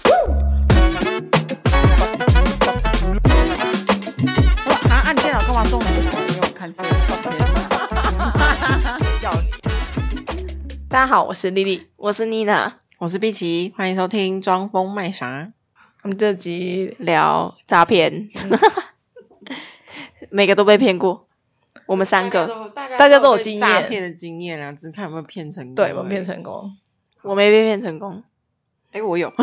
啊汗水冲天马。大家好，我是丽丽，我是妮娜，我是碧琪，欢迎收听《装疯卖傻》。我们这集聊诈骗， 每个都被骗过，我们三个，大家大家都有被经诈验骗的经验啊，只是看有没有骗成功。对我们变。成功我没被骗成功。哎，我有，啊，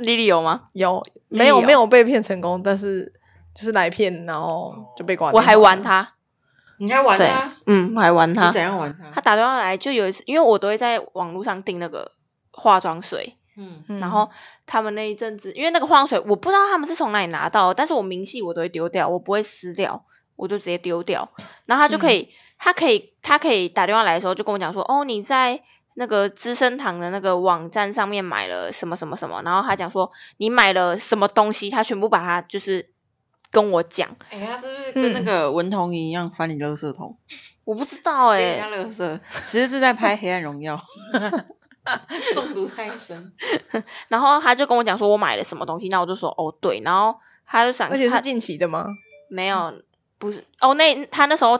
莉莉有吗？有丽没有有没有被骗成功，但是就是来骗，然后就被挂。哦啊我还玩，他，你还玩对他？，嗯，我还玩他啊你怎。样玩他？他打电话来，就有一次，因为我都会在网络上订那个化妆水，嗯，嗯然后他们那一阵子，因为那个化妆水我不知道他们是从哪里拿到的，但是我明细我都会丢掉，我不会撕掉，我就直接丢掉。然后他就可嗯以，他可以，他可以打电话来的时候就跟我讲说，哦，你在那个资生堂的那个网站上面买了什么什么什么，然后他讲说你买了什么东西，他全部把它就是跟我讲，哎，他是不是跟那个文童一样翻你垃圾桶，我不知道哎、捡人家垃圾？其实是在拍《黑暗荣耀》， 中毒太深。然后他就跟我讲说我买了什么东西，那我就说哦对，然后他就想，而且他是近期的吗？没有，嗯不是哦。那他那时候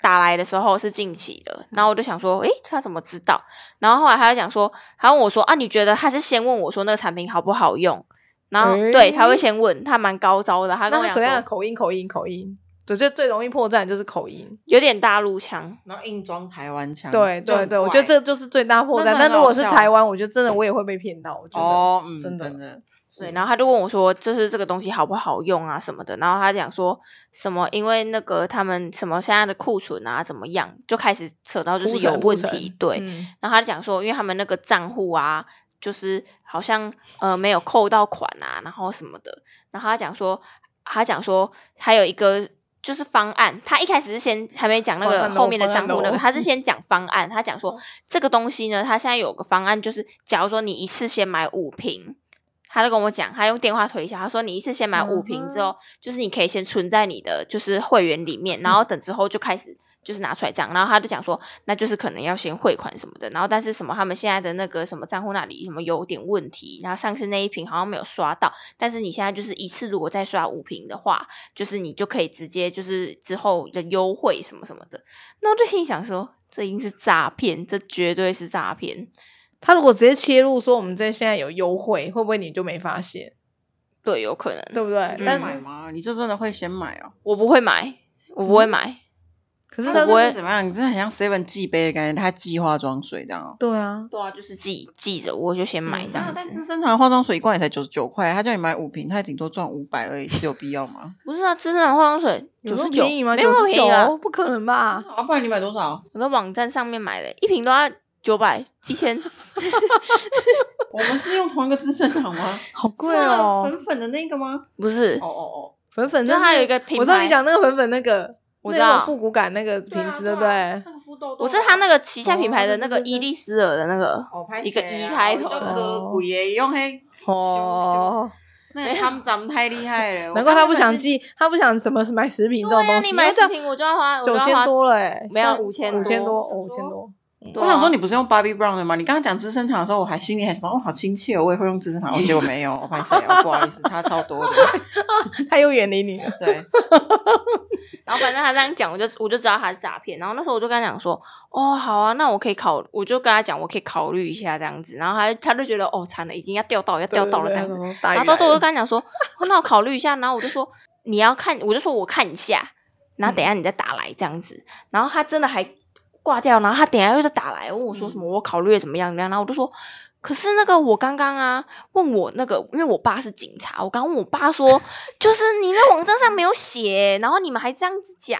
打来的时候是近期嗯的，然后我就想说，诶，他怎么知道？然后后来他就讲说，他问我说啊，你觉得他是先问我说那个产品好不好用？然后、诶对，他会先问，他蛮高招的。他跟那我他讲怎样？说，口音，口音，口音，我觉得最容易破绽就是口音。有点大陆腔，然后硬装台湾嗯腔，对就对很对，我怪觉得这就是最大破绽。那是很但如果是好哦笑台湾，我觉得真的我也会被骗到。我觉得，哦，嗯，真的真的，嗯对。然后他就问我说，就是这个东西好不好用啊什么的。然后他讲说什么，因为那个他们什么现在的库存啊怎么样，就开始扯到就是铺有陈铺问陈题，对。嗯然后他就讲说，因为他们那个账户啊，就是好像呃没有扣到款啊，然后什么的。然后他讲说，他讲说还有一个就是方案，他一开始是先还没讲那方个案咯哦后面的账方户案哦那咯个，他是先讲方案。他讲说这个东西呢，他现在有个方案，就是假如说你一次先买五瓶。他就跟我讲，他用电话推销，他说你一次先买五瓶之后，就是你可以先存在你的就是会员里面，然后等之后就开始就是拿出来这样，然后他就讲说，那就是可能要先汇款什么的，然后但是什么他们现在的那个什么账户那里什么有点问题，然后上次那一瓶好像没有刷到，但是你现在就是一次如果再刷五瓶的话，就是你就可以直接就是之后的优惠什么什么的，那我就心里想说，这一定是诈骗，这绝对是诈骗，他如果直接切入说我们这现在有优惠，会不会你就没发现？对，有可能，对不嗯对？你但会买是吗？你就真的会先买哦？我不会买，我不会买。可是那他这是是怎么样？你真的很像 Seven 寄杯的感觉，他寄化妆水这样哦。对啊，对啊，就是记记着，我就先买嗯这样啊但子。资生堂的化妆水一罐也才九十九块，他叫你买五瓶，他也顶多赚五百而已，是有必要吗？不是啊，资生堂化妆水有九那么十九，便宜吗？没有那么九十便宜啊九，。不可能吧？ 啊，不然你买多少？我在网站上面买的，一瓶都要九百一千。 我们是用同一个资生堂 吗？好贵是那个哦！粉粉的那个吗？不是哦，哦粉粉就那是，它有一个品牌我知道你讲那个粉粉那个，我那知道种复古感那个哦，瓶子，对啊对不啊对？那个富豆豆，我是他那个个旗下品牌的哦那个对对对伊丽丝尔的那个，哦，拍一个谁啊一开头我就的割鬼耶，用 黑哦，那个他们长得太厉害 了，我难怪他刚不刚想是寄，他不想什么买食品这种对啊东你西，买十瓶我就要花，我就九要千花多了欸，没有像5000五千多多，哦五千多。对啊我想说，你不是用 Bobby Brown 的吗？你刚刚讲资生堂的时候，我还心里还想，哦，好亲切哦，我也会用资生堂，哦结果没有，我拍谁哦，不好意思，差超多的。他又远离 你了。对，然后反正他这样讲，我就我就知道他是诈骗。然后那时候我就跟他讲说，哦，好啊，那我可以考，我就跟他讲我可以考虑一下这样子。然后他他就觉得哦，惨了，已经要钓到要钓到了这样子。子，然然后到最后我就跟他讲说，哦那我考虑一下。然后我就说你要看，我就说我看一下，然后等一下你再打来这样子。然后他真的还挂掉，然后他等一下又再打来问我说什么，我考虑得怎么样怎么样。然后我就说。可是那个我刚刚啊，问我那个，因为我爸是警察，我刚问我爸说，就是你那网站上没有写，然后你们还这样子讲，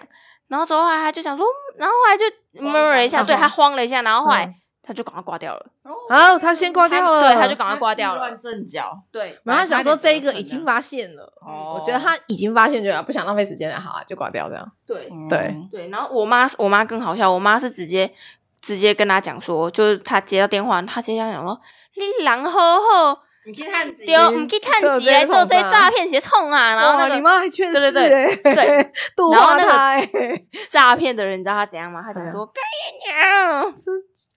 然后之后后来他就讲说，嗯然后后来就慌张 murmur 了一下，他对他慌了一下，然后后来嗯他就赶快挂掉了，啊，他先挂掉了，对他就赶快挂掉了乱阵脚。对，然后他想说这一个已经发现了，哦我觉得他已经发现，就啊不想浪费时间了，好啊，就挂掉这样。对，对嗯对，然后我妈我妈更好笑，我妈是直接直接跟他讲说，就是他接到电话，他直接讲说，你人好好，你去看几对，唔去做探机这来做种这些啥诈骗，直接冲啊！然后哇那你个妈还劝对对世对欸对， 度然后化那个他欸，诈骗的人，你知道他怎样吗？他哎讲呀说，干你娘！是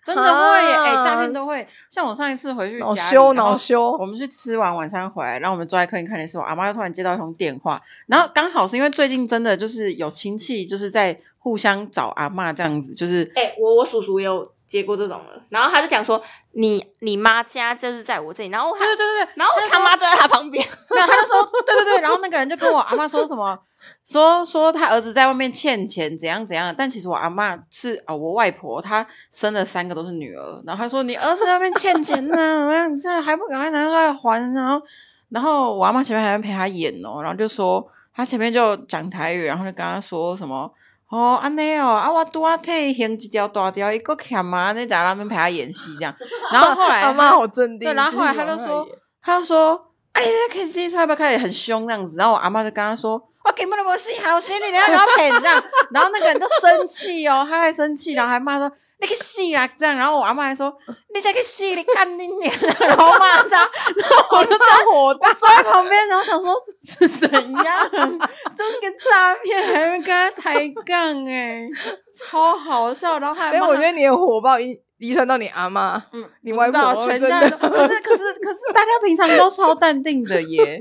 真的会耶，哎、啊诈骗都会。像我上一次回去恼家里羞然后恼羞，我们去吃完晚餐回来，然后我们坐在客厅看电视，我阿妈就突然接到一通电话，然后刚好是因为最近真的就是有亲戚就是在互相找阿妈这样子，就是哎、我我叔叔也有接过这种了，然后他就讲说，你你妈家就是在我这里，然后他对，对对对然后他妈就在他旁边，对，没有，他就说对对对，然后那个人就跟我阿妈说什么，说说他儿子在外面欠钱怎样怎样，但其实我阿妈是啊、我外婆她生了三个都是女儿，然后她说你儿子在外面欠钱呢、怎么样，这还不赶快拿出来还，然后然后我阿妈前面还在陪她演哦，然后就说她前面就讲台语，然后就跟她说什么。哦，安尼哦，啊，我拄啊退行一条大条，一个欠嘛，你在那边陪她演戏这样。然后后来阿妈她好镇定，对然后后来他就说他就说：“啊，你那可以自己出来吧，开始很凶这样子。”然后我阿妈就跟他说：“我根本都没信，好心你，然后不要骗这样。”然后那个人就生气哦，他还生气，然后还骂说：“那个戏啦！”这样，然后我阿妈还说：“你这个戏，你干你娘！” 然后骂他，然后我就在火大，我坐在旁边，然后想说是怎样，就是个诈骗，还会跟他抬杠哎、超好笑。然后还哎，骂我他觉得你的火爆遗遗传到你阿妈，嗯，你不外知道婆哦全真家的人都可是可是可是大家平常都超淡定的耶，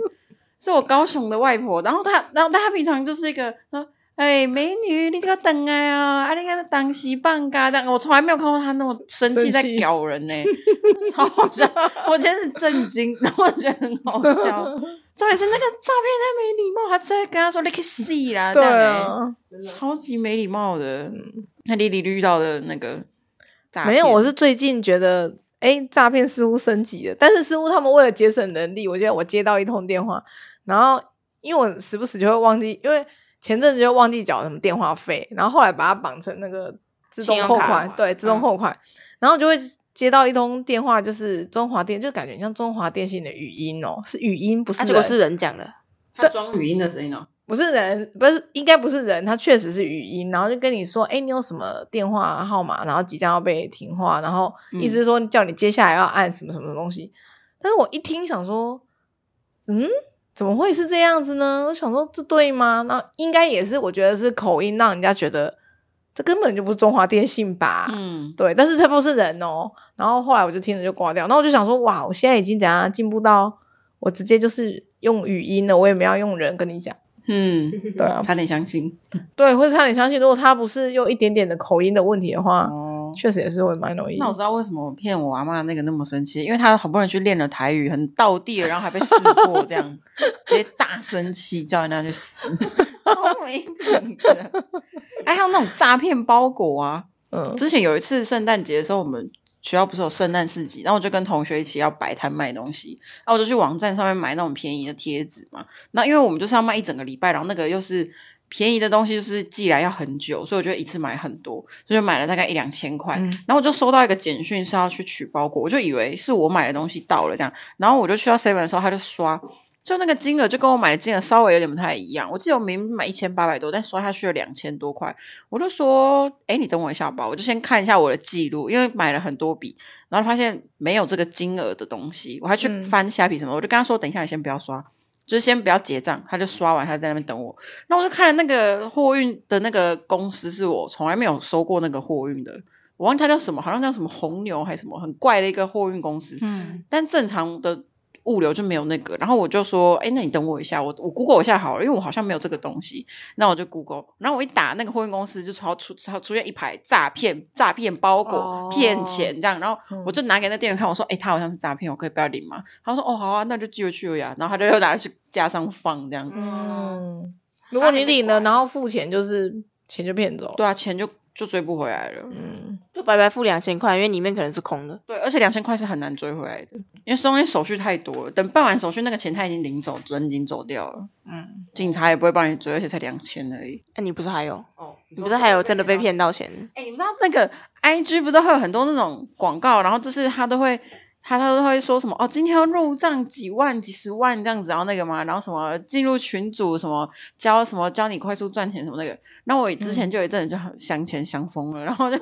是我高雄的外婆，然后她然后她平常就是一个说，哎、美女，你这个等啊啊，啊你看当西棒嘎这样，我从来没有看过她那么生气生在气搞人呢、 超好笑，我真是震惊，然后我觉得很好笑，重点是那个照片太没礼貌，还直接跟她说你去死啦，对这样欸啊，嗯超级没礼貌的，那丽丽遇到的那个诈没有，骗我是最近觉得。哎，诈骗似乎升级了，但是似乎他们为了节省人力，我觉得我接到一通电话，然后因为我时不时就会忘记，因为前阵子就忘记缴什么电话费，然后后来把它绑成那个自信动用扣卡款，对，自嗯动扣款，然后就会接到一通电话，就是中华电，就感觉像中华电信的语音哦，是语音，不是啊，人，结果是人讲 的，他装语音的声音哦。不是人，不是应该不是人，他确实是语音，然后就跟你说，哎，你有什么电话号码，然后即将要被停话，然后一直说叫你接下来要按什么什么东西，但是我一听想说，嗯，怎么会是这样子呢？我想说这对吗？那应该也是，我觉得是口音让人家觉得这根本就不是中华电信吧，嗯，对，但是他不是人哦。然后后来我就听着就挂掉，然后我就想说，哇，我现在已经怎样进步到我直接就是用语音了，我也没有要用人跟你讲。嗯，对啊，差点相信对，会差点相信，如果他不是用一点点的口音的问题的话，哦。确实也是会蛮容易。那我知道为什么我骗我阿妈那个那么生气，因为她好不容易去练了台语，很道地了，然后还被识破，这 样直接大生气，叫人家去死，好没品的。 哎，还有那种诈骗包裹啊！嗯，之前有一次圣诞节的时候，我们学校不是有圣诞市集，然后我就跟同学一起要摆摊卖东西，然后我就去网站上面买那种便宜的贴纸嘛。那因为我们就是要卖一整个礼拜，然后那个又是便宜的东西，就是寄来要很久，所以我就一次买很多，所以就买了大概一两千块。嗯然后我就收到一个简讯是要去取包裹，我就以为是我买的东西到了这样，然后我就去到 seven 的时候，他就刷。就那个金额就跟我买的金额稍微有点不太一样，我记得我明明买一千八百多，但刷下去了两千多块，我就说，哎，你等我一下吧，我就先看一下我的记录，因为买了很多笔，然后发现没有这个金额的东西，我还去嗯翻虾皮什么，我就跟他说，等一下你先不要刷，就是先不要结账，他就刷完，他在那边等我。那我就看了那个货运的那个公司，是我从来没有收过那个货运的，我忘记它叫什么，好像叫什么红牛还是什么，很怪的一个货运公司。 嗯，但正常的物流就没有那个。然后我就说，哎，那你等我一下，我我 Google 一下好了，因为我好像没有这个东西。那我就 Google，然后我一打那个货运公司，就超出超出现一排诈骗、诈骗包裹、哦骗钱这样。然后嗯我就拿给那店员看，我说，哎，他好像是诈骗，我可以不要领吗？他说，哦，好啊，那就寄回去而已啊。然后他就又拿去架上放这样。嗯，如果你领了，然后付钱，就是钱就骗走了。对啊，钱就就追不回来了。嗯，就白白付两千块，因为里面可能是空的。对，而且两千块是很难追回来的，因为中间手续太多了。等办完手续，那个钱他已经领走，人已经走掉了。嗯，警察也不会帮你追，而且才两千而已。哎、你不是还有？哦，你不是还有真的被？骗到钱？哎、你们知道那个 I G 不是会有很多那种广告，然后就是他都会。他他都会说什么哦，今天要入账几万、几十万这样子，然后那个嘛，然后什么进入群组，什么教什么教你快速赚钱什么那个。然后我之前就有一阵子就很想钱想疯了，然后 就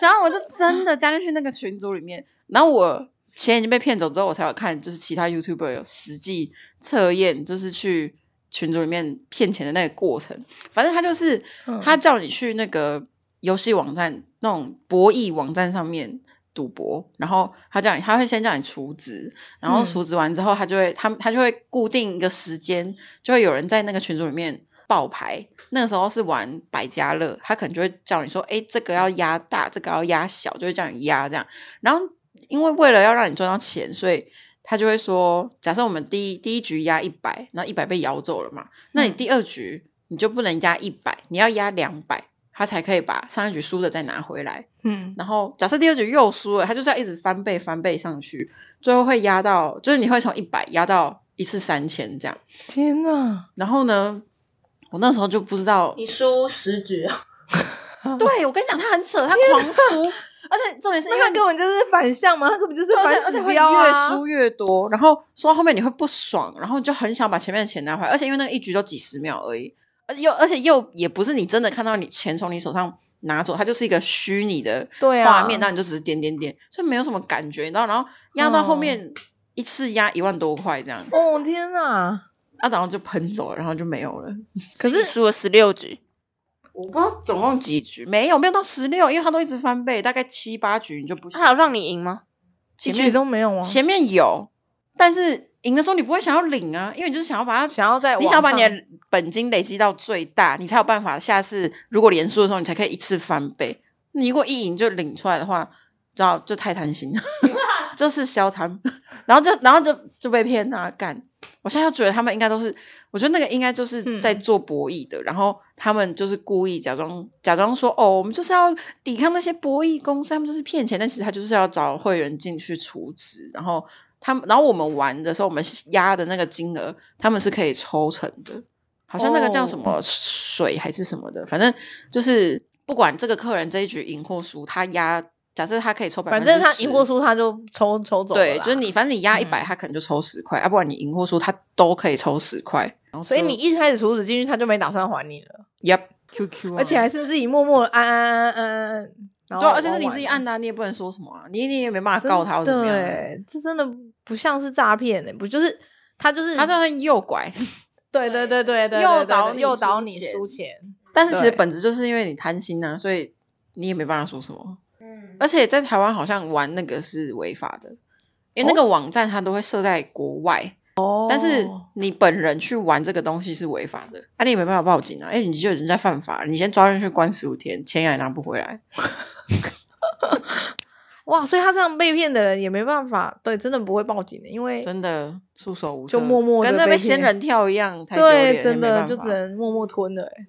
然后我就真的加进去那个群组里面，然后我钱已经被骗走之后，我才有看就是其他 YouTuber 有实际测验，就是去群组里面骗钱的那个过程。反正他就是嗯他叫你去那个游戏网站那种博弈网站上面赌博，然后他叫你，他会先叫你储值，然后嗯储值完之后，他就会他他就会固定一个时间，就会有人在那个群组里面爆牌。那个时候是玩百家乐，他可能就会叫你说：“哎、这个要压大，这个要压小，就会叫你压这样。”然后因为为了要让你赚到钱，所以他就会说：“假设我们第一第一局压一百，然后一百被摇走了嘛，那你嗯第二局你就不能压一百，你要压两百，他才可以把上一局输的再拿回来。嗯，然后假设第二局又输了，他就是要一直翻倍翻倍上去，最后会压到，就是你会从一百压到一次三千这样。天哪，然后呢，我那时候就不知道你输十局， 对，我跟你讲，他很扯，他狂输，而且重点是因那他为根本就是反向嘛，他根本就是对而且而反且指会标越啊！输越多，然后输到后面你会不爽，然后你就很想把前面的钱拿回来，而且因为那个一局就几十秒而已，而又而且又也不是你真的看到你钱从你手上拿走，它就是一个虚拟的对啊画面，那、你就只是点点点，所以没有什么感觉，你知道？然后压到后面一次压一万多块这样，哦天哪，啊，然后就喷走了，然后就没有了。可是你输了十六局，我不知道总共几局，没有没有到十六，因为它都一直翻倍，大概七八局你就不行。他有让你赢吗？一前局面都没有啊，前面有，但是赢的时候你不会想要领啊，因为你就是想要把它，想要在你想要把网你上的本金累积到最大，你才有办法下次如果连输的时候，你才可以一次翻倍。你如果一赢就领出来的话，知道就太贪 心了，就是消贪，然后就然后就就被骗啊！干，我现在就觉得他们应该都是，我觉得那个应该就是嗯在做博弈的，然后他们就是故意假装假装说哦，我们就是要抵抗那些博弈公司，他们就是骗钱，但其实他就是要找会员进去储值，然后他们然后我们玩的时候，我们压的那个金额他们是可以抽成的，好像那个叫什哦么水还是什么的，反正就是不管这个客人这一局赢或输，他压假设他可以抽百分反之正他赢或输。输他就抽抽走了啦嗯对，就是你，反正你压一百、他可能就抽十块，啊，不管你赢或输，他都可以抽十块。所以你一开始处置进去，他就没打算还你了， Yep。Q Q，、啊、而且还是自己默默地按按按按按，然后对啊，而且是你玩自己完按的啊、你也不能说什么啊，你你也没办法告他或怎么样啊。对，这真的不像是诈骗呢，不就是他就是他这是诱拐，对对对对对，诱对对导对你诱输导你钱输钱，但是其实对本质就是因为你贪心啊，所以你也没办法说什么。嗯，而且在台湾好像玩那个是违法的，因为那个网站它都会设在国外，哦但是你本人去玩这个东西是违法的，啊，你也没办法报警啊，因为你就已经在犯法了，你先抓进去关十五天，钱也拿不回来。哇，所以他这样被骗的人也没办法，对，真的不会报警欸的，因为真的束手无策，就默默地跟那被被骗仙人跳一样， 太丢脸对，了真也没的办就法只能默默吞了欸。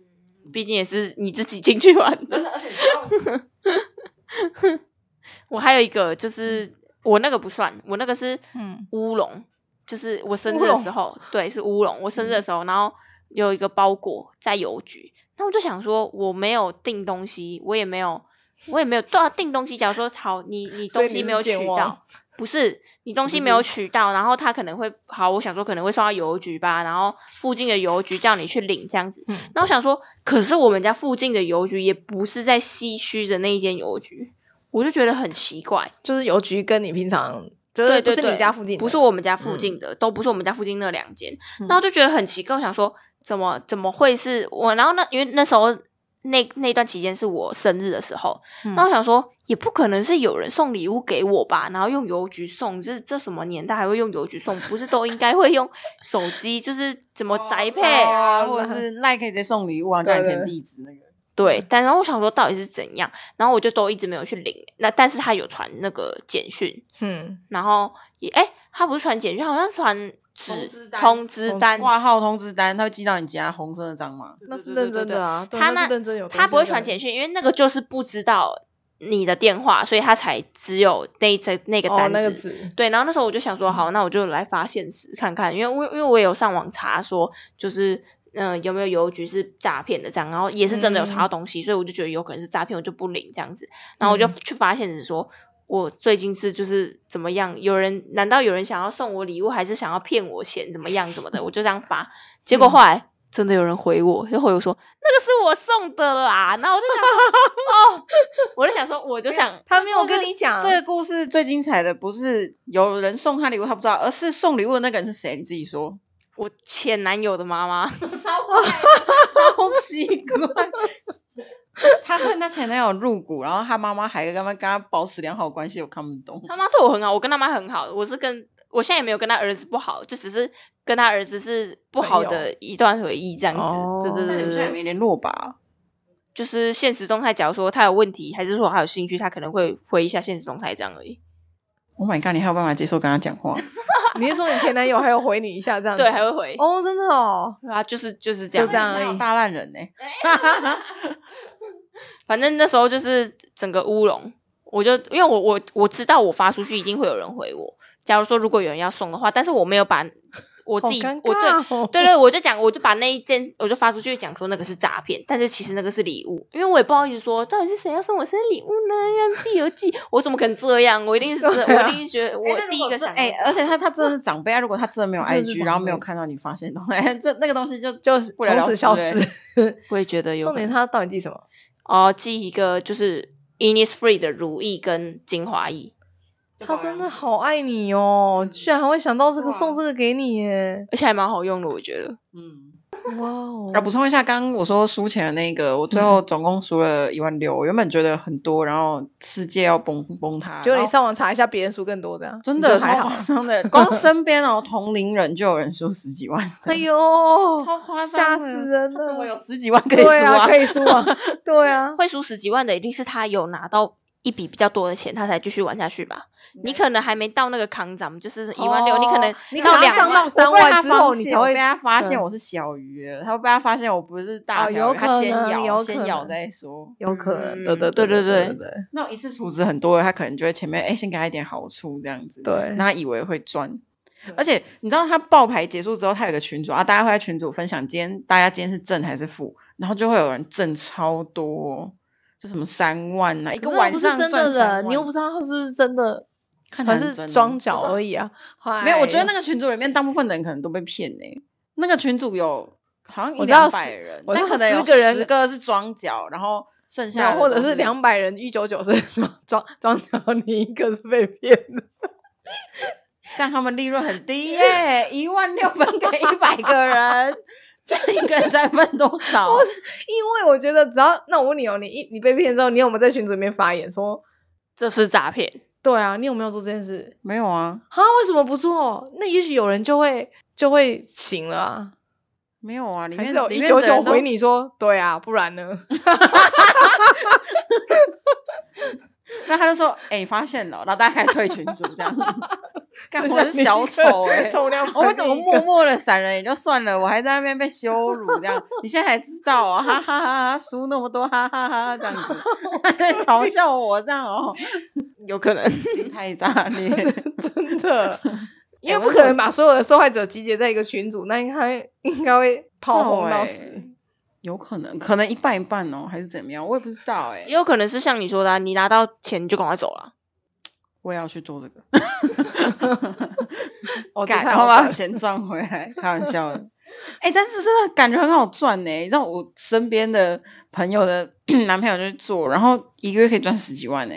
毕竟也是你自己进去玩的。真的，而且你知道 我还有一个就是我那个不算，我那个是嗯乌龙，就是我生乌日的龙时候，对，是乌龙。我生日的时候，然后有一个包裹在邮局，那我就想说，我没有订东西，我也没有，我也没有对啊，订东西。假如说，好，你你所以你东西是没有取健忘到，不是你东西没有取到，然后他可能会好，我想说可能会送到邮局吧，然后附近的邮局叫你去领这样子。嗯那我想说，可是我们家附近的邮局也不是在西区的那一间邮局，我就觉得很奇怪。就是邮局跟你平常就是对不对是对你家附近的，嗯不是我们家附近的，都不是我们家附近那两间。那我就觉得很奇怪，我想说怎么怎么会是我？然后那因为那时候那那段期间是我生日的时候，嗯那我想说也不可能是有人送礼物给我吧，然后用邮局送，这这什么年代还会用邮局送？不是都应该会用手机，就是怎么宅配？对啊，或者 是赖可以直接送礼物啊，叫你填对对地址那个。对，但然后我想说到底是怎样，然后我就都一直没有去领。那但是他有传那个简讯，嗯，然后也哎、他不是传简讯，好像传通纸知单通知通单，挂号通知单，他会寄到你家红色的章嘛？那是认真的啊，对他那是那认真有，他不会传简讯，讯，因为那个就是不知道你的电话，所以他才只有那一则那个哦单，那子。个纸，对，然后那时候我就想说，好，那我就来发现实看看，因为我因为我也有上网查说，就是嗯、呃有没有邮局是诈骗的这样，然后也是真的有查到东西，所以我就觉得有可能是诈骗，我就不领这样子。然后我就嗯去发现实说，我最近是就是怎么样？有人难道有人想要送我礼物，还是想要骗我钱怎么样怎么的？我就这样发，结嗯果后来。真的有人回我，就回我说那个是我送的啦，然后我就想说，哦， 我就想说，我就想他没有这跟你 讲，这个故事最精彩的不是有人送他礼物他不知道，而是送礼物的那个人是谁，你自己 说。我前男友的妈妈，超怪的，超奇怪。她恨她前男友入骨，然后她妈妈还跟她跟她保持良好关系，我看不懂。他妈对我很好，我跟他妈很好，我是跟我现在也没有跟他儿子不好，就只是跟他儿子是不好朋的一段回忆这样哦子。对那对你对们对现在也对，没联络吧？就是现实动态，假如说他有问题，还是说他有兴趣，他可能会回一下现实动态这样而已。 Oh my god！你还有办法接受跟她讲话？你是说你前男友还有回你一下这样子？对，还会回。哦，真的哦，对啊，就是就是这就那你样子，这样而哪有已大烂人呢、反正那时候就是整个乌龙，我就因为我我我知道我发出去一定会有人回我。假如说如果有人要送的话，但是我没有把 我自己、好尴我对尬 哦对对，我就讲我就把那一件我就发出去讲说那个是诈骗，但是其实那个是礼物，因为我也不好意思说到底是谁要送我生日礼物呢？要寄邮寄，我怎么可能这样？我一定是、对啊我一定是觉得欸我那如第一果个是想 哎、而且他他真的是长辈啊！如果他真的没有真的是 IG，然后没有长辈看到你发现的话， 哎、这那个东西就就是不了从了此之消欸失。我也觉得有重点可能他到底记什么？哦，寄一个就是 Innisfree 的如意跟精华液。他真的好爱你哦，居然还会想到这个哇送这个给你耶！ 而且还蛮好用的，我觉得。嗯。哇哦啊，，补充一下，刚刚我说输钱的那个，我最后总共输了一万六。我原本觉得很多，然后世界要崩崩塌，结果然你后上网查一下，别人输更多这样，真你的就还超好夸。张的，光身边哦同龄人就有人输十几万， 哎呦，哦超夸吓张的，死人他了！怎么有十几万可以对输啊，可以输 啊，对啊，会输十几万的，一定是他有拿到一笔比较多的钱，他才继续玩下去吧。你可能还没到那个康涨，就是一万六、哦你可能你可到能两上万到三我被万他之后，发你现才我会被他发现嗯我是小鱼了，他会被他发现我不是大哦条有鱼，他可先能有咬可先咬能再说。有可能，对嗯对对对对对那我一次处置很多的，他可能就会前面哎、先给他一点好处这样子，对那他以为会赚。而且你知道他爆牌结束之后，他有个群主啊，大家会在群主分享今天大家今天是挣还是负，然后就会有人挣超多，就什么三万啊呐、一个可是晚又不上是真赚的三人，万，你又不知道他是不是真的，看起还来很是真啊装脚而已啊。没有，我觉得那个个群组里面大部分的人可能都被骗呢、那个群组有好像一我知道两百十人，我知但道可能有10个人十个是装脚，然后剩下的或者都是两百人一九九是装装装脚，你一个是被骗的，这样他们利润很低耶、一万六分给一百个人，这样一个人才分多少？因为我觉得只要那我问你哦，你一你被骗之后，你有没有在群组里面发言说，这是诈骗，对啊，你有没有做这件事？没有啊，啊，为什么不做？那也许有人就会就会醒了啊，没有啊，里还面是有里一面九的九人都回，你说，对啊，不然呢？那他就说：“哎、你发现了，然后大家开始退群组这样。” 干，我是小丑哎、欸，从 两我怎么默默的闪人也就算了，我还在那边被羞辱这样，你现在才知道啊，哈哈哈哈，输那么多，哈哈哈哈，这样子在嘲笑我这样哦，有可能。太炸裂， 真的，因为我不可能把所有的受害者集结在一个群组，那应该应该会炮轰到死。对有可能，可能一半一半哦，还是怎么样，我也不知道哎、也有可能是像你说的、啊，你拿到钱你就赶快走了。啊我也要去做这个，我改，然后把钱赚回来，开玩笑的。哎、但是真的感觉很好赚呢、你知道我身边的朋友的 男朋友就去做，然后一个月可以赚十几万呢、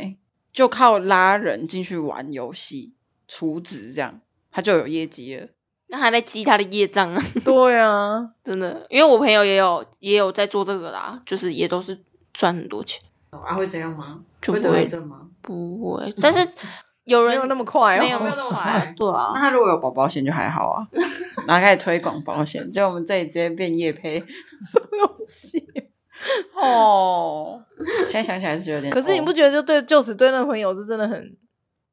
就靠拉人进去玩游戏、储值这样，他就有业绩了。那还在积他的业障啊， 对啊，真的。因为我朋友也有也有在做这个啦，就是也都是赚很多钱，啊，会这样吗？就不会症吗？不会。但是有人没有那么快哦，没有没有那么快，对啊那。他如果有保保险就还好啊，然后开始推广保险，就我们这里直接变业配东西。 哦。现在想起来是有点，可是你哦不觉得就对就此对那个朋友是真的很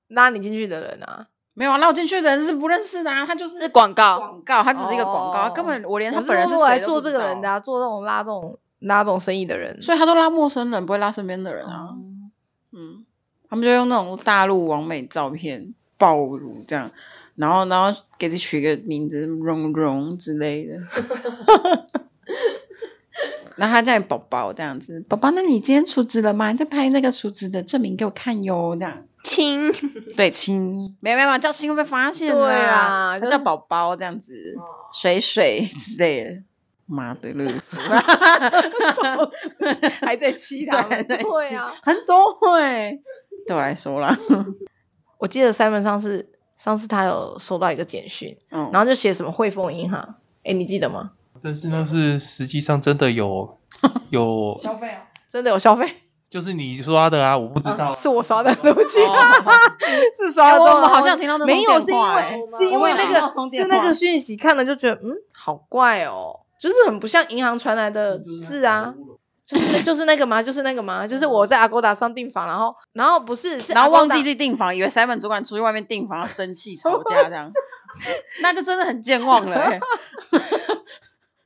拉你进去的人啊？没有啊？绕进去的人是不认识的啊，他就是是广告，广告，他只是一个广告，哦他根本我连他我是本人说是如果来谁都做不这知个道人的、啊，做这种拉这种拉这种生意的人，所以他都拉陌生人，不会拉身边的人啊。哦嗯，他们就用那种大陆完美照片爆乳这样，然后然后给自己取一个名字，蓉蓉之类 的。然后他叫你宝宝这样子，宝宝，那你今天出资了吗？你再拍那个出资的证明给我看哟，这样。亲，对，亲，没有没有，叫亲会被发现对啦啊他就叫宝宝这样子，水 水之类的。哦妈的，乐死！ 还在气他对们，对对啊，，很多会对我来说啦，我记得 Simon 上次上次他有收到一个简讯，嗯，然后就写什么汇丰银行，哎，你记得吗？但是那是实际上真的有有 费哦，真的有消费，就是你刷的啊，我不知道啊。是我刷的，对不起，哦是刷哎的。我们好像听到那种没有，是电因话为哎是因我们为有那听到个那种电是话哎那个讯息看了就觉得嗯，好怪哦，就是很不像银行传来的字啊。 就是就是那个嘛，就是那个嘛，就是我在阿勾达上订房，然后然后不是 是然后忘 Agoda- 记自己订房，以为 Simon 主管出去外面订房，然后生气吵架这 样，那就真的很健忘了、 欸。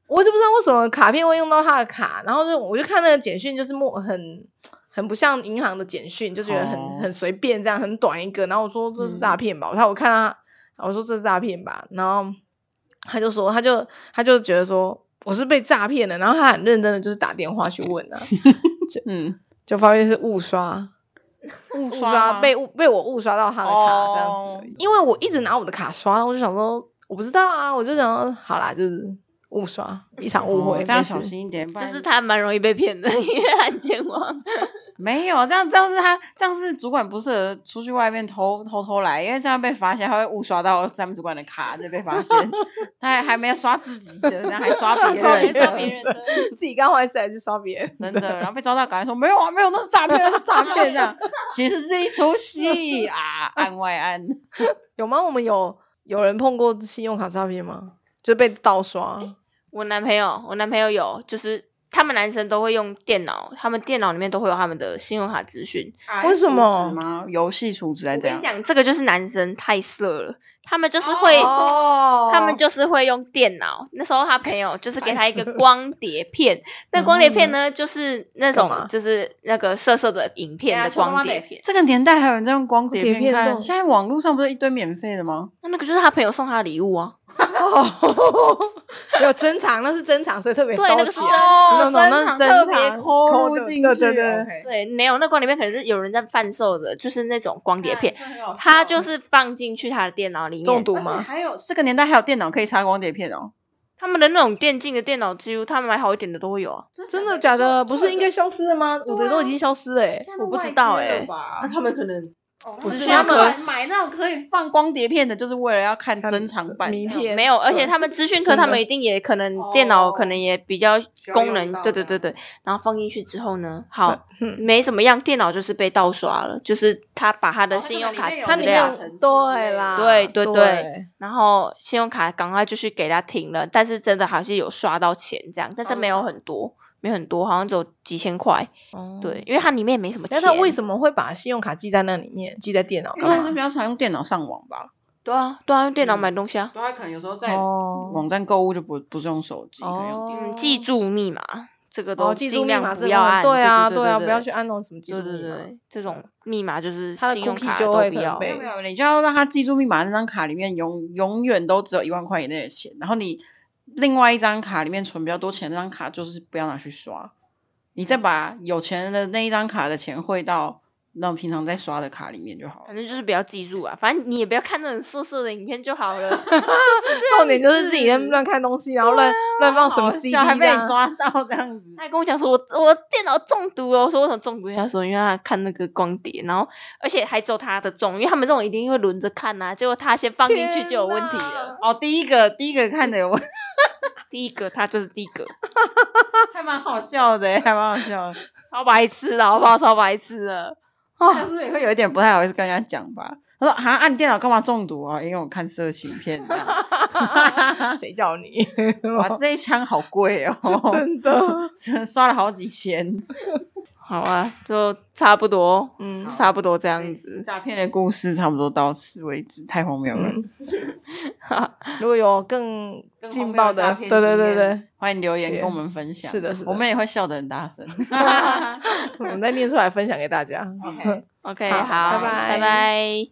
我就不知道为什么卡片会用到他的卡，然后就我就看那个简讯，就是莫很很不像银行的简讯，就觉得很、哦嗯很随便，这样很短一个。然后我说这是诈骗吧，他我看他，我说这是诈骗吧，然后他就说他就他就觉得说我是被诈骗的，然后他很认真的就是打电话去问啊，嗯，就发现是误刷，误 误刷刷吗被误被我误刷到他的卡这样子哦而已，因为我一直拿我的卡刷，然后我就想说我不知道啊，我就想说好啦，就是误刷一场误会，哦这样没事小心一点，不就然是他蛮容易被骗的，因为他很健忘。没有这样，这样是他这样是主管不适合出去外面偷偷偷来，因为这样被发现，他会误刷到咱们主管的卡就被发 现，他还还没有刷自己的，然后还刷别刷人的，别人的，自己干坏事还是刷别人？真的，然后被抓到，赶快说没有啊，没有，那是诈骗，那是诈骗这样，其实是一出戏啊，案外案。有吗？我们有有人碰过信用卡诈骗吗？就被盗刷？我男朋友，我男朋友有，就是他们男生都会用电脑，他们电脑里面都会有他们的信用卡资讯。啊为什么储值吗？游戏储值还我这跟样你？讲，这个就是男生太色了，他们就是会。哦他们就是会用电脑。那时候他朋友就是给他一个光碟片，那光碟片呢，就是那种嗯干嘛啊就是那个色色的影啊片的光碟片。这个年代还有人在用光碟碟片片这看，种现在网络上不是一堆免费的吗？那那个就是他朋友送他的礼物啊。没有珍藏，那是珍藏，所以特别对收那个是起珍来。哦那种那珍珍特别藏抠抠入的进去，对对对 OK 对，没有那光碟片可能是有人在贩售的，就是那种光碟片，，哎他就是放进去他的电脑里面。啊中毒而且吗？还有这个年代还有电脑可以插光碟片哦，他们的那种电竞的电脑，几乎他们买好一点的都会有啊。真的假的？不是应该消失了吗？啊有的都已经消失了欸。我不知道哎、欸。他们可能只只是是他他们们买那种可以放光碟片的，就是为了要看哦看珍藏版名的。片没有，而且对啊他们资讯真科，的他们一定也可能电脑哦可能也比较要功用能，到对对这对样对。然后放进去之后呢，好，嗯，没怎么样，电脑就是被盗刷了，就是他把他的信用卡哦资它它可能里里面面有料它，里面有对啦，对对对，然后信用卡赶快就去给他停了，但是真的还是有刷到钱这样，但嗯是没有很多，没有很多，好像只有几千块。哦对，。因为它里面也没什么钱。那他为什么会把信用卡记在那里面，记在电脑因为干是比嘛？较常用电脑上网吧，对啊，对啊，用电脑嗯买东西啊。对，他可能有时候在哦网站购物就不不是用手机，可能用电脑。哦嗯，记住密码，这个哦，都记尽住密码量这不个要按。对啊，对啊，不要去。按那种什么记住对对密码。对，这种密码就是它的信用 cookie 卡就都会不可能要。没被有没有，你就要让他记住密码，那张卡里面永永远都只有一万块以内的钱，然后你另外一张卡里面存比较多钱，那张卡就是不要拿去刷，你再把有钱人的那一张卡的钱汇到那种平常在刷的卡里面就好了反。正就是不要记住啊，反正你也不要看那种色色的影片就好 了。重点就是自己在乱看东西，然后啊乱乱放什么啊好 CD，啊笑还被这样你抓到这样子他，还跟我讲说我，我电脑中毒哦。我说为什么中毒？他说因为他看那个光碟，然后而且还只有他的中，因为他们这种一定会轮着看呐、结果他先放进去就有问题了。哦，第一个第一个看的有问题，第一个他就是第一个， 还蛮好笑的，还蛮好 笑的。超白痴的好不好？超白痴的。他是不是也会有一点不太好意思跟人家讲吧？他说：“啊，啊你电脑干嘛中毒啊？因为我看色情片。”这样 谁叫你？哇，这一枪好贵 哦， 真 的，刷了好几 千。好啊，就差不多，嗯差不多这这样子。 诈骗的故事差不多到此为止，太荒谬了。 如果有更更荒嗯劲谬爆的诈的，对骗对经对验对，欢迎留言对跟我们分享。是的是的我们也会笑得很大声。 我们再念出来分享给大家。 OK。 OK，好拜好，拜拜拜